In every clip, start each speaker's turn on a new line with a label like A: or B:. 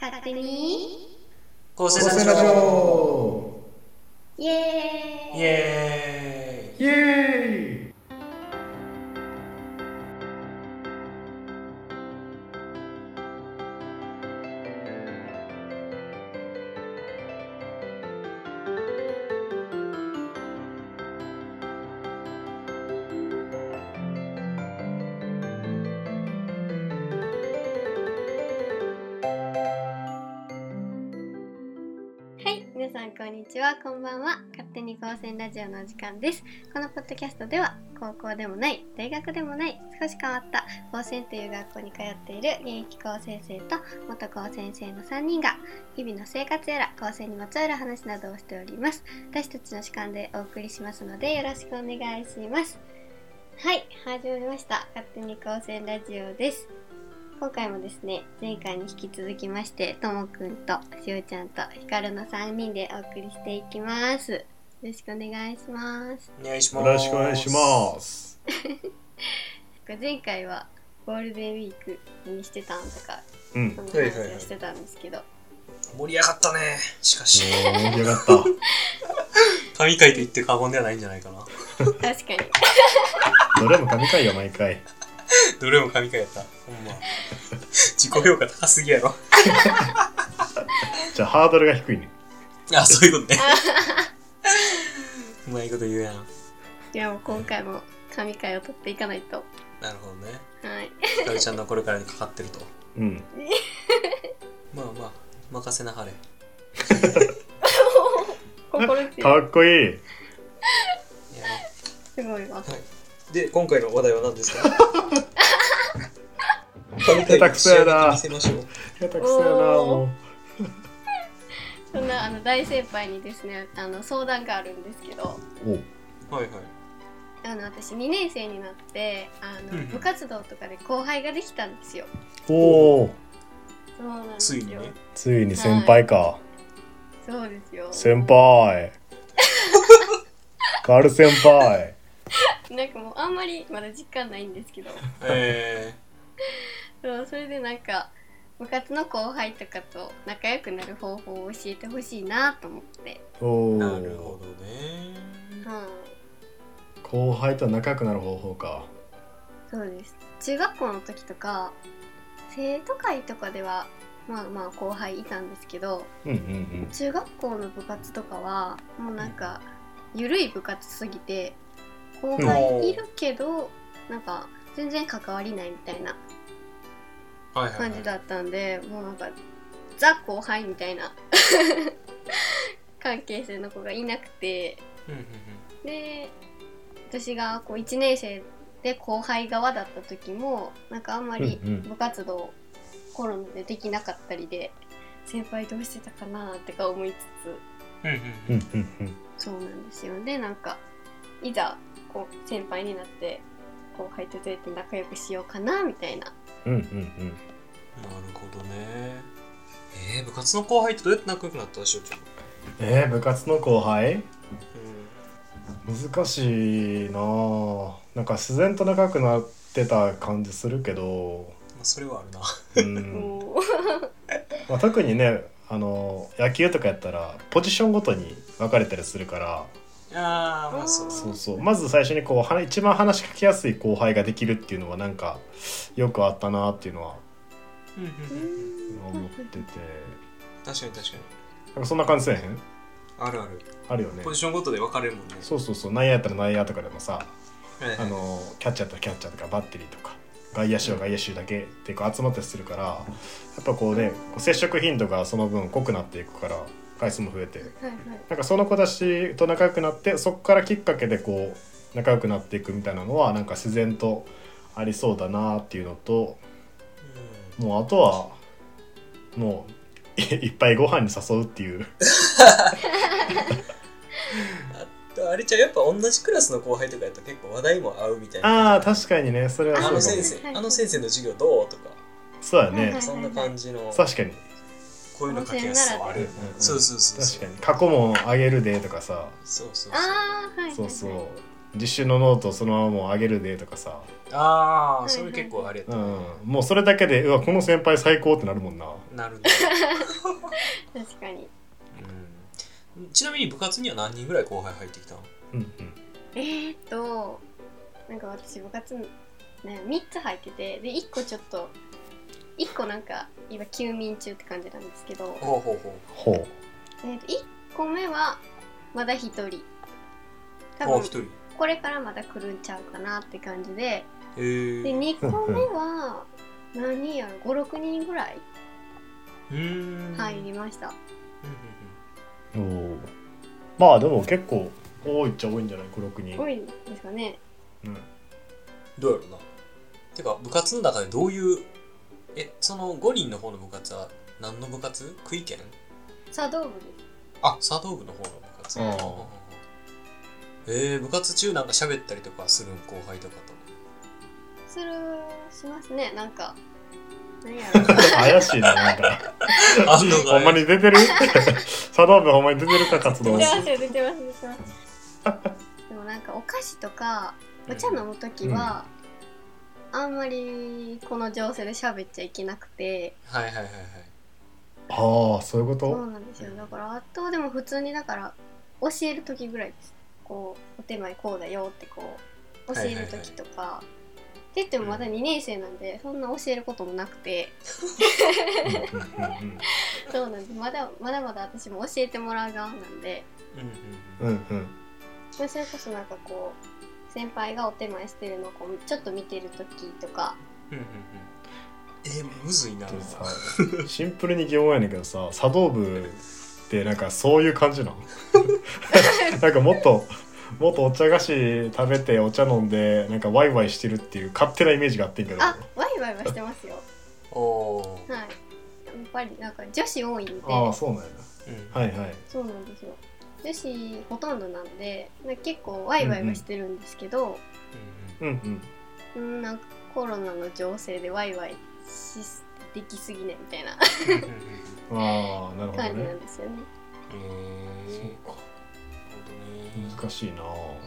A: 勝手に
B: 高
C: 高
B: 生
C: 専ラジオ
A: イエーイ
B: イエーイ
C: イエーイ
A: はい、皆さんこんにちは、こんばんは。勝手に高専ラジオのお時間です。このポッドキャストでは、高校でもない、大学でもない、少し変わった高専という学校に通っている現役高専生と元高専生の3人が、日々の生活やら高専にまつわる話などをしております。私たちの主観でお送りしますので、よろしくお願いします。はい、始まりました。勝手に高専ラジオです。今回もですね前回に引き続きましてともくんとしおちゃんとひかるの3人でお送りしていきますよろしくお願いします
B: お願いしま
C: よ
B: す
C: ろしくお願いします
A: 前回はゴールデンウィークにしてたんとか
C: うん
A: そ
C: ね
A: の
B: はい
A: 話
B: はいはい
A: をしてたんですけど、
B: 盛り上がったねしかし
C: え盛り上がった
B: 神回と言って過言ではないんじゃないかな
A: 確かに
C: どれも神回よ毎回
B: どれも神回やったほんま自己評価高すぎやろ
C: じゃあハードルが低いね
B: あそういう ことねうまいこと言うやん
A: いやもう今回も神回を取っていかないとは
B: なるほどね
A: い
B: ひかるちゃんのこれからにかかってると
C: うん
B: まあまあ任せなはれ
A: 心強い
C: かっこいい
B: やろ
A: すごいわ
B: で、今回の話題は何ですか神回を仕上げて見せましょう。
C: 下手くそやなも
A: そんなあの大先輩にですねあの相談があるんですけど
C: うおう
B: はいはい。
A: あの私2年生になってあ
B: うんう
A: の
B: ん
A: 部活動とかで後輩ができたんですよ
C: おー
A: そうなんです
B: つ
A: よ
B: いにね。
C: ついに先輩か、
A: そうですよ
C: 先 輩カル先輩
A: なんかもうあんまりまだ実感ないんですけど
B: え
A: そうそれでなんか部活の後輩とかと仲良くなる方法を教えてほしいなと思って、
C: お
B: ー、なる
C: お
B: ほどね。
A: うん、
C: 後輩と仲良くなる方法か
A: そうです中学校の時とか生徒会とかではまあまあ後輩いたんですけど
C: うんうん
A: 中学校の部活とかはもうなんか緩い部活すぎて後輩いるけどなんか全然関わりないみたいな
B: はいはい、
A: 感じ
B: はい。
A: だったんで、もうなんかザ後輩みたいな関係性の子がいなくて
B: うんうんうん
A: で私がこう1年生で後輩側だった時もなんかあんまり
C: うんうん
A: 部活動、コロナでできなかったりで先輩どうしてたかなってか思い
B: うん
C: う
B: うん
C: うんんうんうん
A: つつそうなんですよねなんかいざこう先輩になって後輩とどうやって仲良くしようかなみたいな
C: うんうん
B: なるほどね。えー、部活の後輩ってどうやって仲良くなったしおちゃん。
C: えー、部活の後輩
B: う
C: 難しいなあなんか自然と仲良くなってた感じするけど、
B: ん。まあ、それはあるな。
C: うん
A: もう
C: まあ、特にねあの野球とかやったらポジションごとに分かれたりするから
B: あー、まあそう
A: あー
B: そう。
C: そうそうまず最初にこうは一番話しかけやすい後輩ができるっていうのはなんかよくあったなっていうのは
B: うんうんうんうん
C: 思ってて
B: 確かに確かに。
C: なんかそんな感じせえへん
B: あるある。
C: あるよね
B: ポジションごとで分かれるもんね。
C: そうそうそう内野やったら内野とかでもさ
B: はいは
C: あ
B: い
C: のキャッチャーとキャッチャーとかバッテリーとか外野手は外野手だけっていうか集まったりするからやっぱこうねこう接触頻度がその分濃くなっていくから回数も増えて
A: はいはい
C: なんかその子たちと仲良くなってそこからきっかけでこう仲良くなっていくみたいなのはなんか自然とありそうだなっていうのともうあとはもう いいっぱいご飯に誘うっていう
B: うん、あれちゃんやっぱ同じクラスの後輩とかやったら結構話題も合うみたいな
C: ああ確かにねそれは
B: あ
C: そ
B: の
C: うかも
B: 先生、あの先生の授業どうとか、
C: そうだ
A: はいは
C: ね
A: い
B: そんな感じの、
C: 確かに
B: こういうの書きやすさはあるよね
C: 温泉ならでは。
B: そうそうそう。
C: 確かに過去問あげるでとかさ
B: そうそうそう。
A: あーはいはいはい
C: そうそう実習のノートをそのままもう上げるでとかさ、
B: あ
A: は
B: あ
A: い
B: それ結構あれやっ
C: う
B: た、
C: ん、もうそれだけでうわこの先輩最高ってなるもんな
B: なるね、
A: 確かに
B: うん、ちなみに部活には何人ぐらい後輩入ってきたの
C: うん
A: えー、っとなんか私部活ね3つ入っててで1個ちょっと1個なんか今休眠中って感じなんですけど、
B: ほうほうほ
C: ほう
A: えー、と1個目はまだ1人
B: う
A: 多
B: ほう
A: 分
B: 一人へ
A: これからまだ来るんちゃうかなって感じでで
B: えー、
A: 2個目は何人やろ56人ぐらいう
B: ーん
A: 入りました
B: うんうん
C: おーまあでも結構多いっちゃ多いんじゃない56人
A: 多いですかね
C: うん、
B: うんどうやろうなてか部活の中でどういうえその5人の方の部活は何の部活区域県
A: 茶道部で
B: あ茶道部の方の部活
C: うん
B: えー、部活中なんか喋ったりとかするん後輩とかと
A: すするしますねなんか何やろ
C: 怪しいななんか
B: あんのか
C: ほんまに出てる 茶道部ほんまに出てるか活動
A: 出てます
C: う
A: よ出てます出てますでもなんかお菓子とかお茶飲む時は、あんまりこの情勢で喋っちゃいけなくて
B: はいはいはいはい
C: ああそういうこ
A: そう
C: と
A: なんですよだからあとでも普通にだから教える時ぐらいですこうお手前こうだよってこう教える時とか、って言ってもまだ2年生なんで、そんな教えることもなくてそうなんですまだまだまだ私も教えてもらう側なんで
B: うん
C: うんうんうん
A: まあそれこそなんかこう先輩がお手前してるのをこうちょっと見てる時とか
B: うんうんうんうんえー、むずいな
C: でさシンプルに疑問やねんけどさ茶道部ってなんかそういう感じなんなんかもっともっとお茶菓子食べてお茶飲んでなんかワイワイしてるっていう勝手なイメージがあってんけど
A: あワイワイはしてますよ
B: おおー、
A: はいやっぱりなんか女子多いんで
C: ああそうなんや
B: うん
C: なはいはい
A: そうなんですよ女子ほとんどなんでなんか結構ワイワイはしてるんですけど、
C: うんうん
A: うんなんかコロナの情勢でワイワイしできすぎねみたいな
B: うんうんうんうん
C: ああなるほど
A: 感じな
C: ね
A: んですよね
B: え
C: そ
B: ー、
C: う
B: な
C: か
B: るほどね
C: 難しいな
A: そ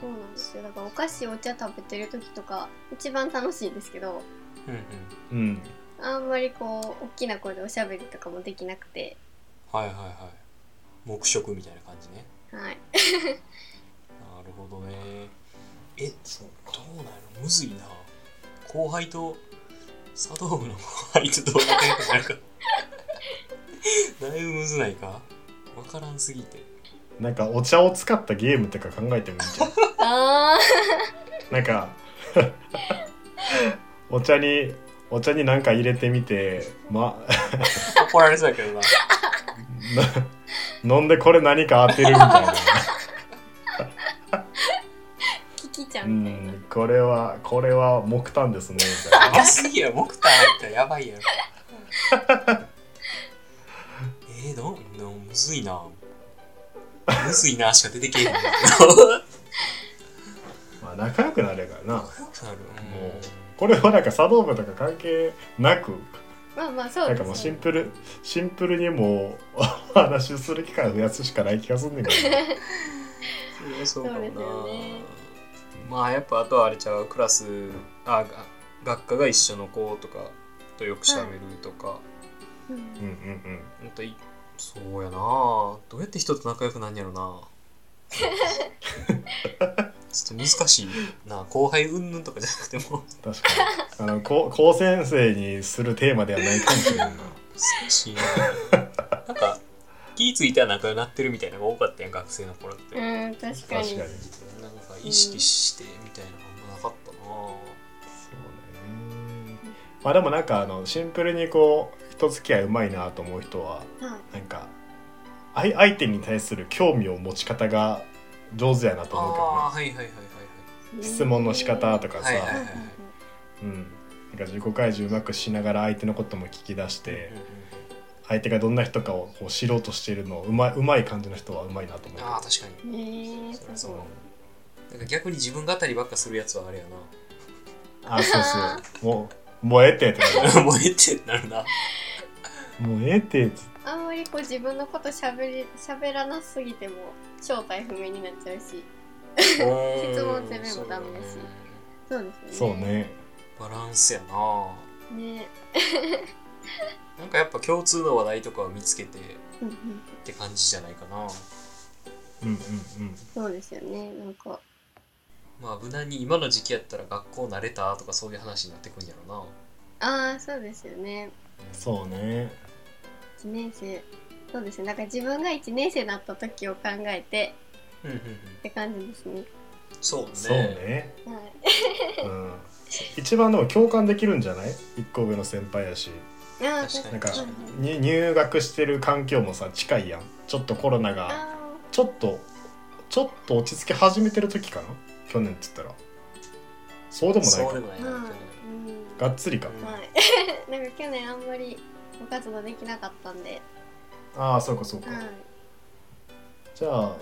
A: うなんですよだからお菓子お茶食べてる時とか一番楽しいんですけど
B: うんうん
C: うん
A: あんまりこう大きな声でおしゃべりとかもできなくて
B: はいはいはい黙食みたいな感じね
A: はい
B: なるほどねえ
C: そう
B: どうなのむずいな後輩と茶道部の後輩とどう仲良くなるか だいぶむずないかわからんすぎて
C: なんかお茶を使ったゲームとか考えてもいいんじゃん
A: あ
C: なんか お茶にお茶になんか入れてみてま
B: 怒られそうやけどな
C: な飲んでこれ何か当てるみたいな
A: ーキキちゃ
C: うん
A: みたいな、
C: んこれはこれは木炭ですねみたいな
B: あすぎや木炭入ったらやばいやろえー、どうどうむずいなむずいなしか出てけえへんな
C: まあ仲良くなれるから
B: な
C: な
B: る
C: もうこれはなんか茶道部とか関係なく
A: まあまあそう
C: なん
A: ですよ
C: かもう
A: ね
C: シンプルシンプルにもうお話しする機会を増やすしかない気がすんねんけ どな
B: うんそうかも
A: そうですよね
B: なまあやっぱあとはあれちゃうクラスあが学科が一緒の子とかとよくしゃべるとか、
A: うん
C: うんうん
B: ほんといそうやなどうやって人と仲良くなんやろなちょっと難しいな後輩うんぬんとかじゃなくても
C: うん確かにあの高高先生にするテーマではないかもしれないな
B: 難しいななんか気ぃついたら仲良くなってるみたいなのが多かったやん学生の頃って、なんか
A: うん確かに
C: 確かに
B: 意識してみたいなのあんまなかったな
C: そうねまあでもなんかあのシンプルにこう人付き合いうまいなと思う人は
A: はい
C: なんかあい相手に対する興味を持ち方が上手やなと思うけ
B: あ
C: ど
B: あはいはいはいはい
C: ね質問の仕方とかさ、
B: はいはい
A: うん
B: は
A: う
B: い
A: んうん
C: うん、なんか自己開示うまくしながら相手のことも聞き出して、
B: うんうん
C: 相手がどんな人かをこう知ろうとしているのをうまいうまい感じの人はうまいなと思うけど
B: ああ確か
A: え
B: に
A: ー、
B: そ
A: そ
B: りゃ
A: う
B: そ
A: そうう
B: なんか逆に自分語りばっかするやつはあれや
C: あそうそうもうもうええってってなる
B: な もうええってなるな
C: もうええってって
A: あんまりこう自分のことしゃべりしゃべらなすぎても正体不明になっちゃうし
B: 質
A: 問攻めもダメだしそうです
C: そう
A: よね
C: ね
B: バランスやな
A: そうねね
B: なんかやっぱ共通の話題とかを見つけてっ
A: うんうん
B: て感じじゃないかな
C: うんうん
A: そうですよねなんか
B: まあ無難に今の時期やったら学校慣れたとかそういう話になってくんやろ
A: ああそうですよね
C: うんそうね
A: 1年生そうですねなんか自分が1年生だった時を考えて
B: なうんうんうん
A: って感じですね
B: そうね
C: そうね、
A: はい
C: うん、一番でも共感できるんじゃない一個上の先輩やし
A: あー
B: 確か
C: な
B: に
C: んか
B: 確
A: に
C: に入学してる環境もさ近いやんちょっとコロナが
A: あ
C: ちょっとちょっと落ち着き始めてる時かな去年っつったらそうでもない
B: そう
C: か
B: でもない
A: ー
B: な、
A: まあ
C: がっつりか
A: うんはい なんか去年あんまり部活動できなかったんで
C: ああそうかそうか、
A: はい
C: じゃあ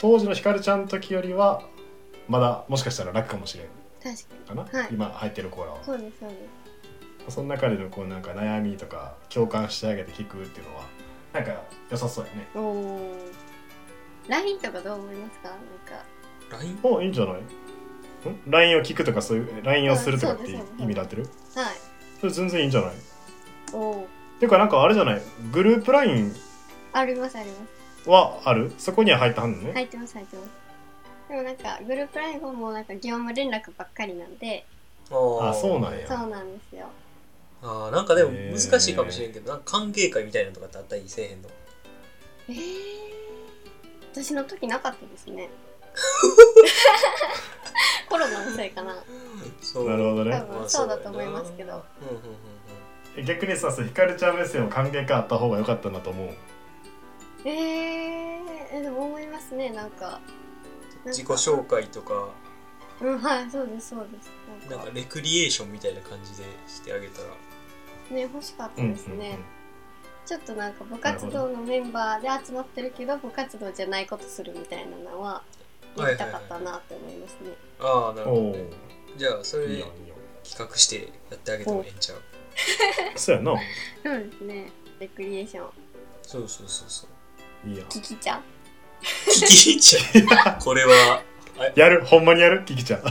C: 当時のひかるちゃんの時よりはまだもしかしたら楽かもしれん
A: 確か
C: かな、
A: はい
C: 今入ってるコーラは
A: にそうですそうです
C: その中でのこうなんか悩みとか共感してあげて聞くっていうのはなんか良さそうやね
A: おお LINE とかどう思いますかなんか
B: LINE?
C: おいいんじゃないん ?LINE を聞くとかそういう LINE をするとかって
A: そうですそうです
C: 意味だってる
A: はい
C: それ全然いいんじゃないっ
A: おお
C: ていうかなんかあれじゃないグループ LINE
A: ありますあります
C: はあるそこには入ったはんのね、
A: 入ってます入ってますでもなんかグループラインはもうなんか業務連絡ばっかりなんで
B: あ
C: あそうなんや
A: そうなんですよ
B: あーなんかでも難しいかもしれんけど、なんか歓迎会みたいなのとかってあったりせえへんの
A: えー、私の時なかったですねコロナのせいかな
B: そう
C: なるほどね
A: 多分そうだと思いますけど
B: うんうんうんうん
C: え逆にさそのひかるちゃん目線を歓迎会あった方が良かったなと思う
A: えー、えでも思いますねなんかなんか
B: 自己紹介とか
A: うんはいそうですそうですな
B: なん
A: んか
B: かレクリエーションみたいな感じでしてあげたら
A: ね欲しかった
C: うんうんうん
A: ですね、ちょっとなんか部活動のメンバーで集まってるけど部活動じゃないことするみたいなのはやりたかったなって思いますね、
B: ああなる
C: お
B: ほど、
C: お
B: ね、じゃあそれ
C: ーいい
B: 企
C: よいいよ
B: 画してやってあげてもええんちゃう
C: そうやな
A: そうですねレクリエーション
B: そうそうそうそう
C: いいや
A: キキちゃん
B: 聞きちゃうこれは
C: やるほんまにやるキキちゃん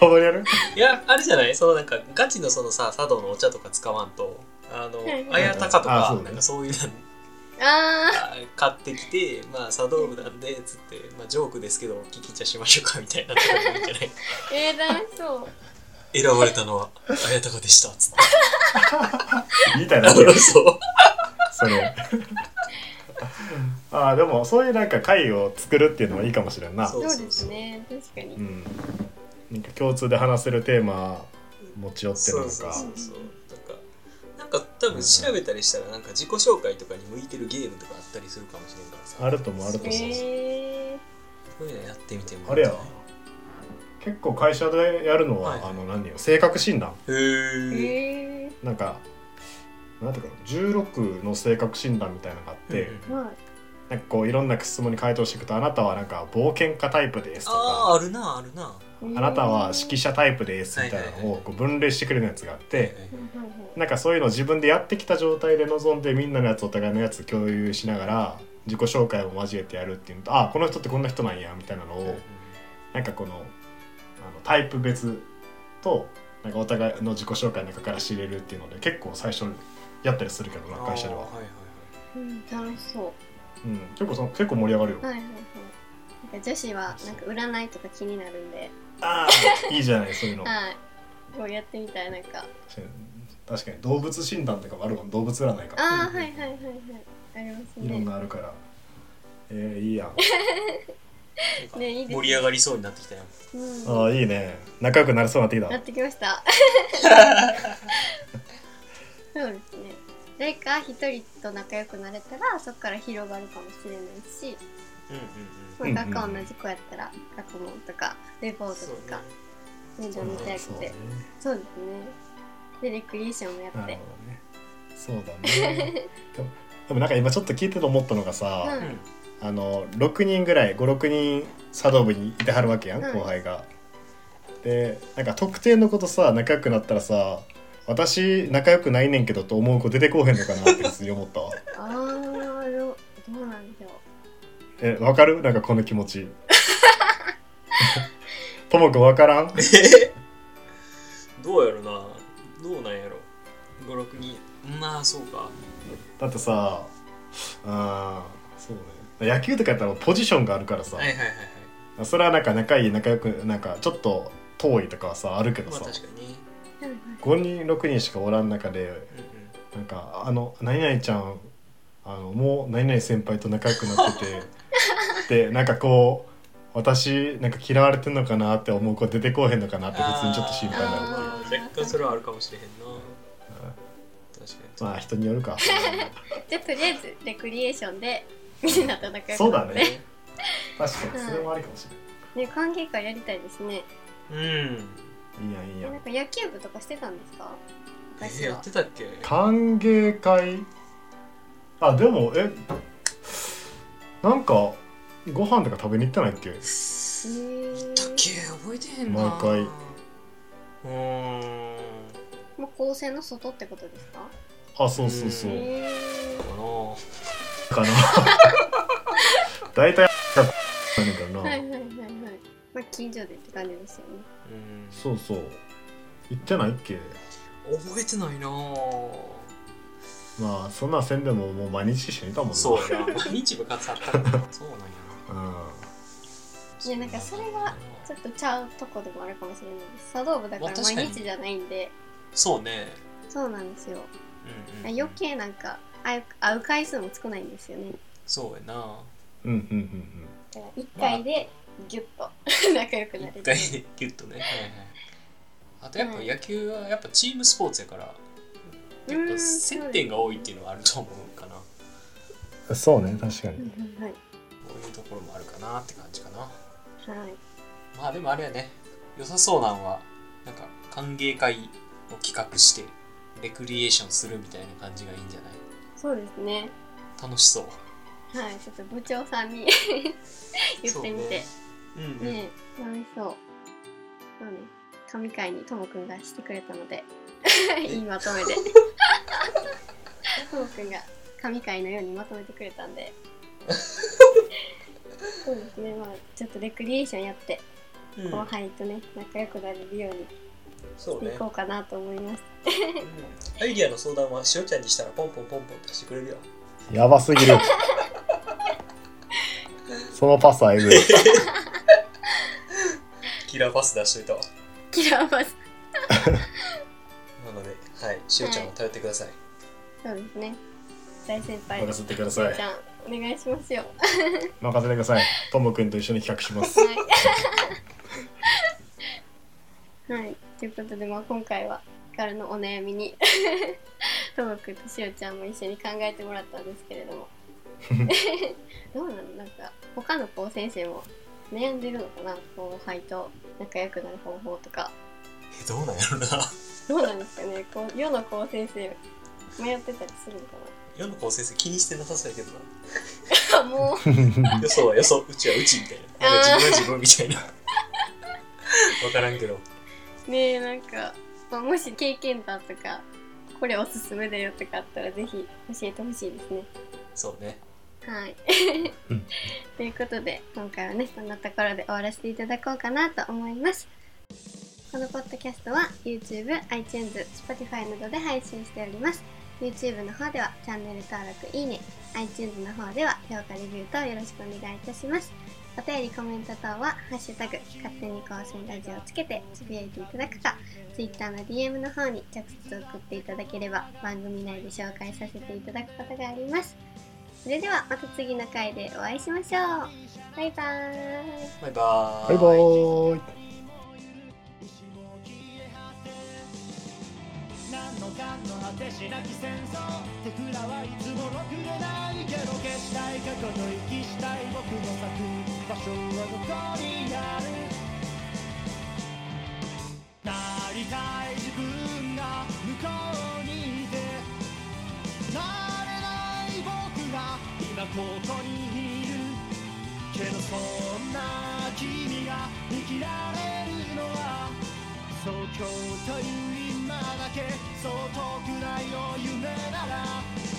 C: ほんまにやる
B: いやあれじゃないそのなんかガチのそのさ茶道のお茶とか使わんとあの
A: はいはい
B: 綾鷹と
C: あ
B: か
C: そうね
B: なんかそういうの
A: あ
B: あ買ってきてまあ茶道部なんでつってまあジョークですけど聞き茶しましょうかみたいなとこでもいいんじゃない
A: ーえー、楽しそう
B: 選ばれたのは綾鷹でしたつって
C: みたい
B: あ
C: な
B: のそう
C: それああでもそういうなんか会を作るっていうのもいいかもしれんな
B: そう
A: そうですね確かに、
C: うんなんか共通で話せるテーマ持ち寄ってる
B: そ
C: の
B: う
C: か
B: そうそうそうなんかなんか多分調べたりしたらなんか自己紹介とかに向いてるゲームとかあったりするかもしれんからさ
C: あると思うあると思う
B: そうそうそう
A: え
B: そういうのやってみても
C: あれや結構会社でやるのは、
B: はい
C: あの何よ性格診断
B: へ
A: ー、
B: え
A: え
C: なんかなんていうかな16の性格診断みたいなのがあって、
A: ー、はい
C: なんかこういろんな質問に回答していくと「あなたはなんか冒険家タイプです」と
B: あ
C: か
B: ああるなあるな
A: えー
C: あなたは指揮者タイプです」みたいなのをこう分類してくれるやつがあって、
A: はいはいはい
C: なんかそういうのを自分でやってきた状態で臨んでみんなのやつお互いのやつ共有しながら自己紹介を交えてやるっていうのとあこの人ってこんな人なんやみたいなのをなんかこのあのタイプ別となんかお互いの自己紹介の中から知れるっていうので結構最初やったりするけどな会社で
B: あ
C: は
B: ー、はいは
A: うん、
B: いはい
A: 楽しそう
C: うん、結構その結構盛り上がるよ、
A: はいはいはいなんか女子はなんか占いとか気になるんで
C: ああいいじゃないそういうの
A: はいこうやってみたいなんか
C: 確かに動物診断とかもあるもん動物占いか
A: ああ、
B: うん
A: はいはいはいはいあります
C: いろん
A: ね
C: なあるからえー、いいやん
B: なんか
A: ねいいですね
B: 盛り上がりそうになってきたよ
A: うん
C: ああいいね仲良くなれそうになってきた
A: なってきました そうですね誰か一人と仲良くなれたらそこから広がるかもしれないし、
B: うんうん
A: ま
C: う
A: あ、
C: んうん
A: 学科同じ子やったら学問とかレポートとか面倒見てあげて
C: そうね
A: そうですねでレクリエーションもやっ
C: なる
A: て
C: ほどね。そうだね。でもでもなんか今ちょっと聞いてて思ったのが
A: う
C: さ、
A: ん
B: うん
C: あの6人ぐらい56人茶道部にいてはるわけやん、
A: うん
C: 後輩が。でなんか特定の子とさ仲良くなったらさ私仲良くないねんけどと思う子出てこうへんのかなって普通に思 ったわ。
A: ああどどうなんでしょう
C: えわかるなんかこの気持ち。 ともくんわからん
B: どうやろなどうなんやろ56人まあそうか
C: だってさあーそうね野球とかやったらポジションがあるからさ、
B: はいはいはいはい
C: それはなんか仲いい仲良くなんかちょっと遠いとかはさあるけど
B: まあ
C: さ、
B: 確かにね
A: うんうん
C: 5人6人しかおらん中で
B: うんうん
C: なんかあの何々ちゃんあのもう何々先輩と仲良くなって てでなんかこう私なんか嫌われてんのかなって思う子出てこうへんのかなって普通にちょっと心配になる
A: あー
B: あー若干それはあるかもしれへんな確かに
C: まあ人による か
A: じゃあとりあえずレクリエーションでみんなと仲良くなって
C: そうだね
B: ね
C: 確かにそれもありかもしれ
A: ね歓迎会やりたいですね
B: うん
C: ない、いいやんいい
A: な
C: や
A: ん
C: ん
A: か野球部とかしてたんですか
B: え
A: 昔
B: や
A: は
B: ってたっけ
C: 歓迎会あでもえなんかご飯とか食べに行ってないっけ
A: えー
B: だっけ覚えてへんな
C: 毎回
B: うーん
A: もう高専の外ってことですか
C: あそうそうそううん
A: え
B: かな
C: かな 大体なんだ
A: ー
C: な、
A: はいはいはいはいまあ近所でって感じですよね
B: うん
C: そうそう行ってないっけ
B: 覚えてないな
C: まあそんなせんでももう毎日一緒にいたもんな
B: そうやな毎日部活あったからなそうなんや
C: うん、ま
B: ない
A: やなんかそれがちょっとちゃうとこでもあるかもしれないです茶道部だか
B: まあ
A: ら
B: 確かに
A: 毎日じゃないんで
B: そうね
A: そうなんですよ
B: うんうん
A: 余計なんか会う会う回数も少ないんですよね
B: そうやな
C: うんうんうんうん
A: だから1回でギュッと 仲良くなれて
B: 一回 でギュッとね、はいはい、あとやっぱ
A: うん
B: 野球はやっぱチームスポーツやからやっぱ接点が多いっていうのはあると思うかなこ
C: そうね確か
A: う
C: に
A: んはい、
B: ういうところもあるかなって感じかな
A: はい、
B: まあでもあれやね良さそうなんはなんか歓迎会を企画してレクリエーションするみたいな感じがいいんじゃない
A: そうですね
B: 楽しそう
A: はいちょっと部長さんに 言ってみて
B: そうねうん、うん
A: ねえ楽しそうそうね神会にともくんがしてくれたのでいいまとめでともくんが神会のようにまとめてくれたんでそうですねまあちょっとレクリエーションやって
B: うん
A: 後輩とね仲良くなれるように
B: そう
A: してい
B: ね、
A: こうかなと思います、
B: うんアイディアの相談はしおちゃんにしたらポンポンポンポンとしてくれるよ
C: やばすぎるそのパスはえぐい
B: キラーパス出しといたわ
A: キラーパス
B: なので、はい、しおちゃんを頼ってください。
A: そうですね大先輩
C: 任せてください
A: じゃんお願いしますよ
C: 任せてくださいともくんと一緒に企画します
A: はい。はい。ということで、まあ、今回はからのお悩みに ともくんとしおちゃんも一緒に考えてもらったんですけれどもどうなのなんか他の子先生も悩んでるのかな後輩と仲良くなる方法とか
B: え、どうなんやろな。
A: どうなんですかねこう世の子先生迷ってたりするのか
B: 世の子先生気にしてなさそうやけど
A: なもう
B: な。よそはよそ、うちはうちみたいな。
A: あー
B: なんか自分は自分み たいな。わからんけど。
A: ねえ なんか、まあ、もし経験談とかこれおすすめだよとかあったらぜひ教えてほしいですね
B: そうね。
A: はい
C: うん。
A: ということで今回はねそんなところで終わらせていただこうかなと思います。このポッドキャストは YouTube、iTunes、Spotify などで配信しております。YouTube の方ではチャンネル登録、いいね。iTunes の方では評価レビュー等よろしくお願いいたします。お便り、コメント等は、ハッシュタグ、勝手に更新ラジオをつけてつぶやいていただくか、Twitter の DM の方に直接送っていただければ、番組内で紹介させていただくことがあります。それではまた次の回でお会いしましょうバイバーイ
B: バイバー
C: バイバーイ
D: 何のかの果てしなき戦争手札はいつもろくれないけど消したい過去と息したい僕の咲く場所はどこにあるなりたい自分が向こうにいてなれない僕が今ここにいるけどそんな君が生きられるのは東京という今だけそう遠くないの夢なら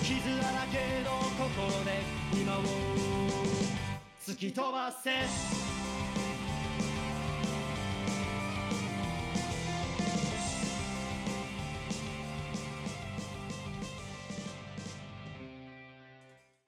D: 傷だらけの心で今を突き飛ばせ